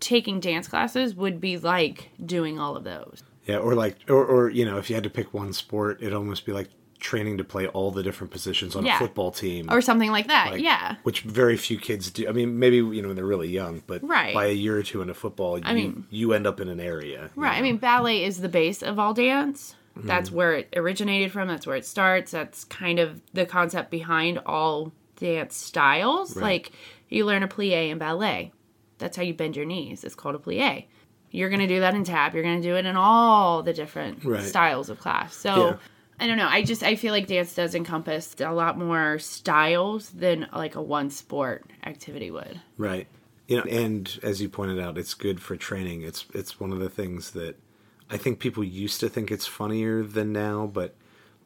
taking dance classes would be like doing all of those. Yeah, or like, or, or you know, if you had to pick one sport, it'd almost be like training to play all the different positions on Yeah. a football team. Or something like that. like, yeah. Which very few kids do. I mean, maybe, you know, when they're really young, but Right. by a year or two into football, you, mean- you end up in an area. you Right. I know? mean, ballet is the base of all dance. Mm. That's where it originated from. That's where it starts. That's kind of the concept behind all dance styles. Like, you learn a plie in ballet. That's how you bend your knees. It's called a plie. You're going to do that in tap. You're going to do it in all the different Right. styles of class. So, Yeah. I don't know. I just, I feel like dance does encompass a lot more styles than like a one sport activity would. Right. You know, and as you pointed out, it's good for training. It's it's one of the things that I think people used to think it's funnier than now, but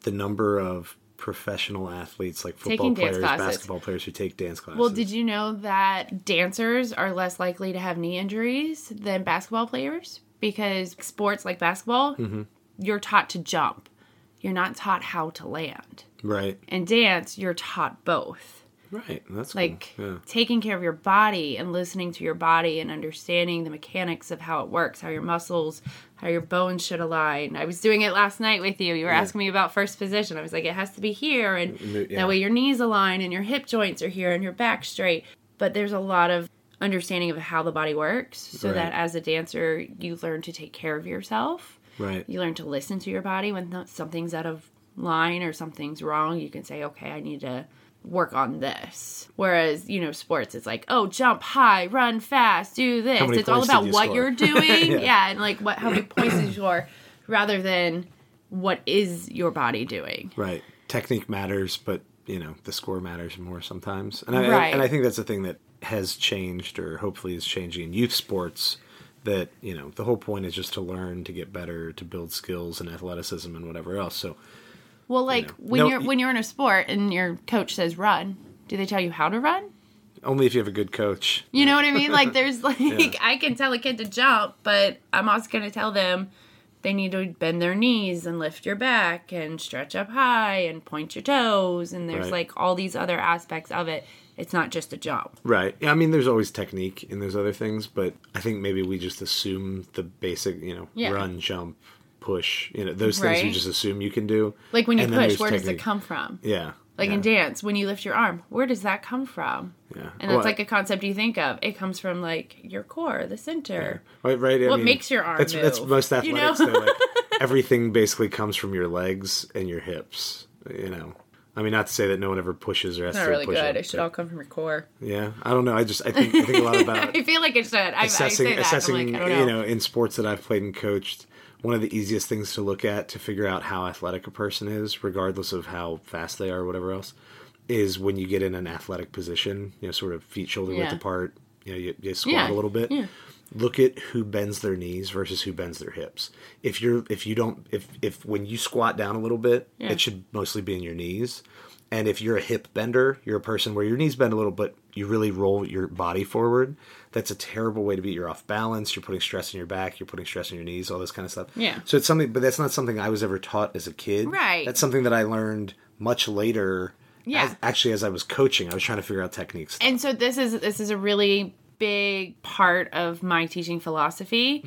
the number of professional athletes like football Taking dance players, classes. basketball players who take dance classes. Well, did you know that dancers are less likely to have knee injuries than basketball players? Because sports like basketball, you're taught to jump, you're not taught how to land. Right. And dance, you're taught both. Right. That's cool. Like Yeah. taking care of your body and listening to your body and understanding the mechanics of how it works, how your muscles, how your bones should align. I was doing it last night with you. You were asking me about first position. I was like, it has to be here, and Mm, yeah. that way your knees align and your hip joints are here and your back straight. But there's a lot of understanding of how the body works so Right. that as a dancer, you learn to take care of yourself. Right. You learn to listen to your body when th- something's out of line or something's wrong. You can say, okay, I need to work on this. Whereas, you know, sports, it's like, oh, jump high, run fast, do this. many It's all points about did you what score? you're doing. yeah. And like what, how many points you score rather than what is your body doing. Right. Technique matters, but you know the score matters more sometimes. And I Right. and I think that's the thing that has changed, or hopefully is changing in youth sports. That you know the whole point is just to learn, to get better, to build skills and athleticism and whatever else. So Well, like know. when No, you're, y- when you're in a sport and your coach says run, do they tell you how to run? only if you have a good coach. You know what I mean? Like there's like I can tell a kid to jump, but I'm also gonna tell them they need to bend their knees and lift your back and stretch up high and point your toes and there's Right. like all these other aspects of it. It's not just a jump. Right. Yeah, I mean, there's always technique and there's other things, but I think maybe we just assume the basic, you know, Yeah. run, jump, push. You know, those things you Right. just assume you can do. Like when you And then push, there's where does it technique. come from? Yeah. Like yeah. in dance, when you lift your arm, where does that come from? Yeah. And that's Well, like a concept you think of. It comes from like your core, the center. Right, right. I What makes your arm That's that's move, most you know? athletics. though, like, everything basically comes from your legs and your hips. You know, I mean, not to say that no one ever pushes or has It's not to really push good. It, It should all come from your core. yeah, I don't know. I just I think I think a lot about I feel like it should. I, assessing I say that. assessing I'm like, I don't you know in sports that I've played and coached. One of the easiest things to look at to figure out how athletic a person is, regardless of how fast they are or whatever else, is when you get in an athletic position. You know, sort of feet shoulder width Yeah. apart. You know, you, you squat Yeah, a little bit. yeah. Look at who bends their knees versus who bends their hips. If you're if you don't if if when you squat down a little bit, Yeah. it should mostly be in your knees. And if you're a hip bender, you're a person where your knees bend a little, but you really roll your body forward. That's a terrible way to be. You're off balance. You're putting stress on your back. You're putting stress on your knees. All this kind of stuff. Yeah. So it's something, but that's not something I was ever taught as a kid. Right. That's something that I learned much later. Yeah. as- actually, as I was coaching, I was trying to figure out techniques. and so this is this is a really big part of my teaching philosophy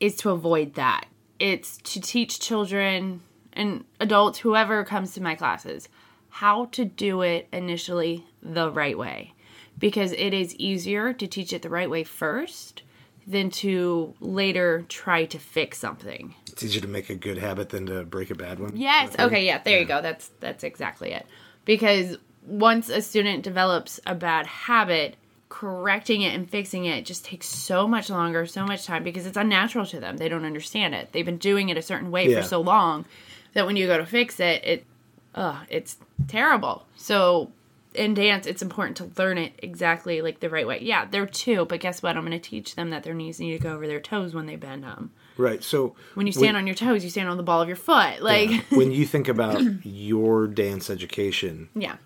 is to avoid that it's to teach children and adults whoever comes to my classes how to do it initially the right way because it is easier to teach it the right way first than to later try to fix something It's easier to make a good habit than to break a bad one. Yes. Okay. Yeah. There you go. That's that's exactly it. Because once a student develops a bad habit, correcting it and fixing it just takes so much longer, so much time because it's unnatural to them. They don't understand it. They've been doing it a certain way Yeah. for so long that when you go to fix it, it, ugh, it's terrible. So in dance, it's important to learn it exactly like the right way. Yeah, they're two, but guess what? I'm going to teach them that their knees need to go over their toes when they bend them. Right. So When you stand on your toes, you stand on the ball of your foot. Like, Yeah. when you think about your dance education, yeah.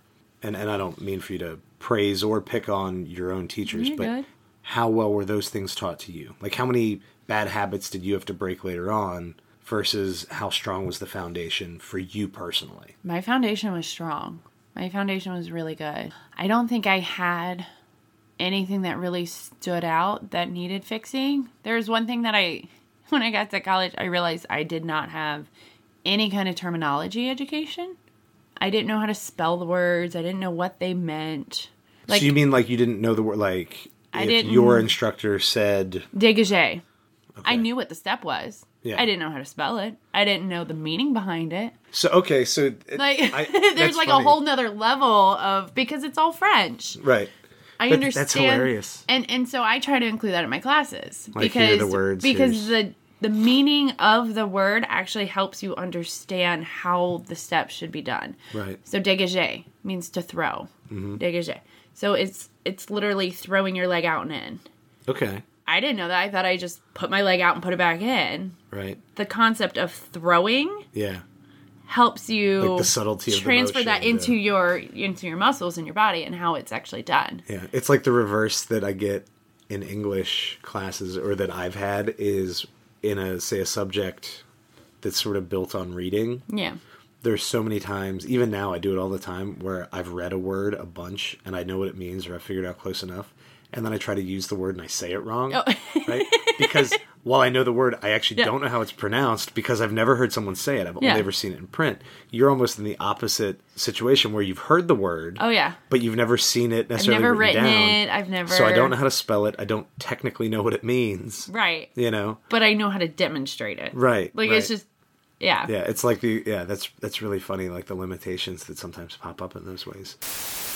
and, and I don't mean for you to praise or pick on your own teachers, You're but good. how well were those things taught to you? Like, how many bad habits did you have to break later on versus how strong was the foundation for you personally? My foundation was strong. My foundation was really good. I don't think I had anything that really stood out that needed fixing. There was one thing that I, when I got to college, I realized I did not have any kind of terminology education. I didn't know how to spell the words. I didn't know what they meant. Like so you mean like you didn't know the word like I if didn't- your instructor said dégagé. I Okay. knew what the step was. Yeah. I didn't know how to spell it. I didn't know the meaning behind it. so okay so it- Like I- there's that's like funny. a whole nother level of because it's all French. right I That- that's understand. hilarious. And and so I try to include that in my classes Like, here are because the words, because the the meaning of the word actually helps you understand how the step should be done. right So dégager means to throw. Mm-hmm. Dégager. So it's it's literally throwing your leg out and in. okay I didn't know that. I thought I just put my leg out and put it back in. right The concept of throwing yeah helps you Like the subtlety of the transfer that motion, into yeah. your into your muscles and your body and how it's actually done. yeah it's like the reverse that I get in English classes or that I've had is in a say a subject that's sort of built on reading Yeah. there's so many times, even now I do it all the time, where I've read a word a bunch and I know what it means or I figured out close enough. And then I try to use the word and I say it wrong. Oh. right? Because while I know the word, I actually don't know how it's pronounced because I've never heard someone say it. I've Yeah. only ever seen it in print. You're almost in the opposite situation where you've heard the word, Oh yeah. but you've never seen it necessarily never written, written down. it. I've never- So I don't know how to spell it. I don't technically know what it means. Right. You know? But I know how to demonstrate it. Right. Like it's right. just yeah. Yeah, it's like the yeah, that's that's really funny, like the limitations that sometimes pop up in those ways.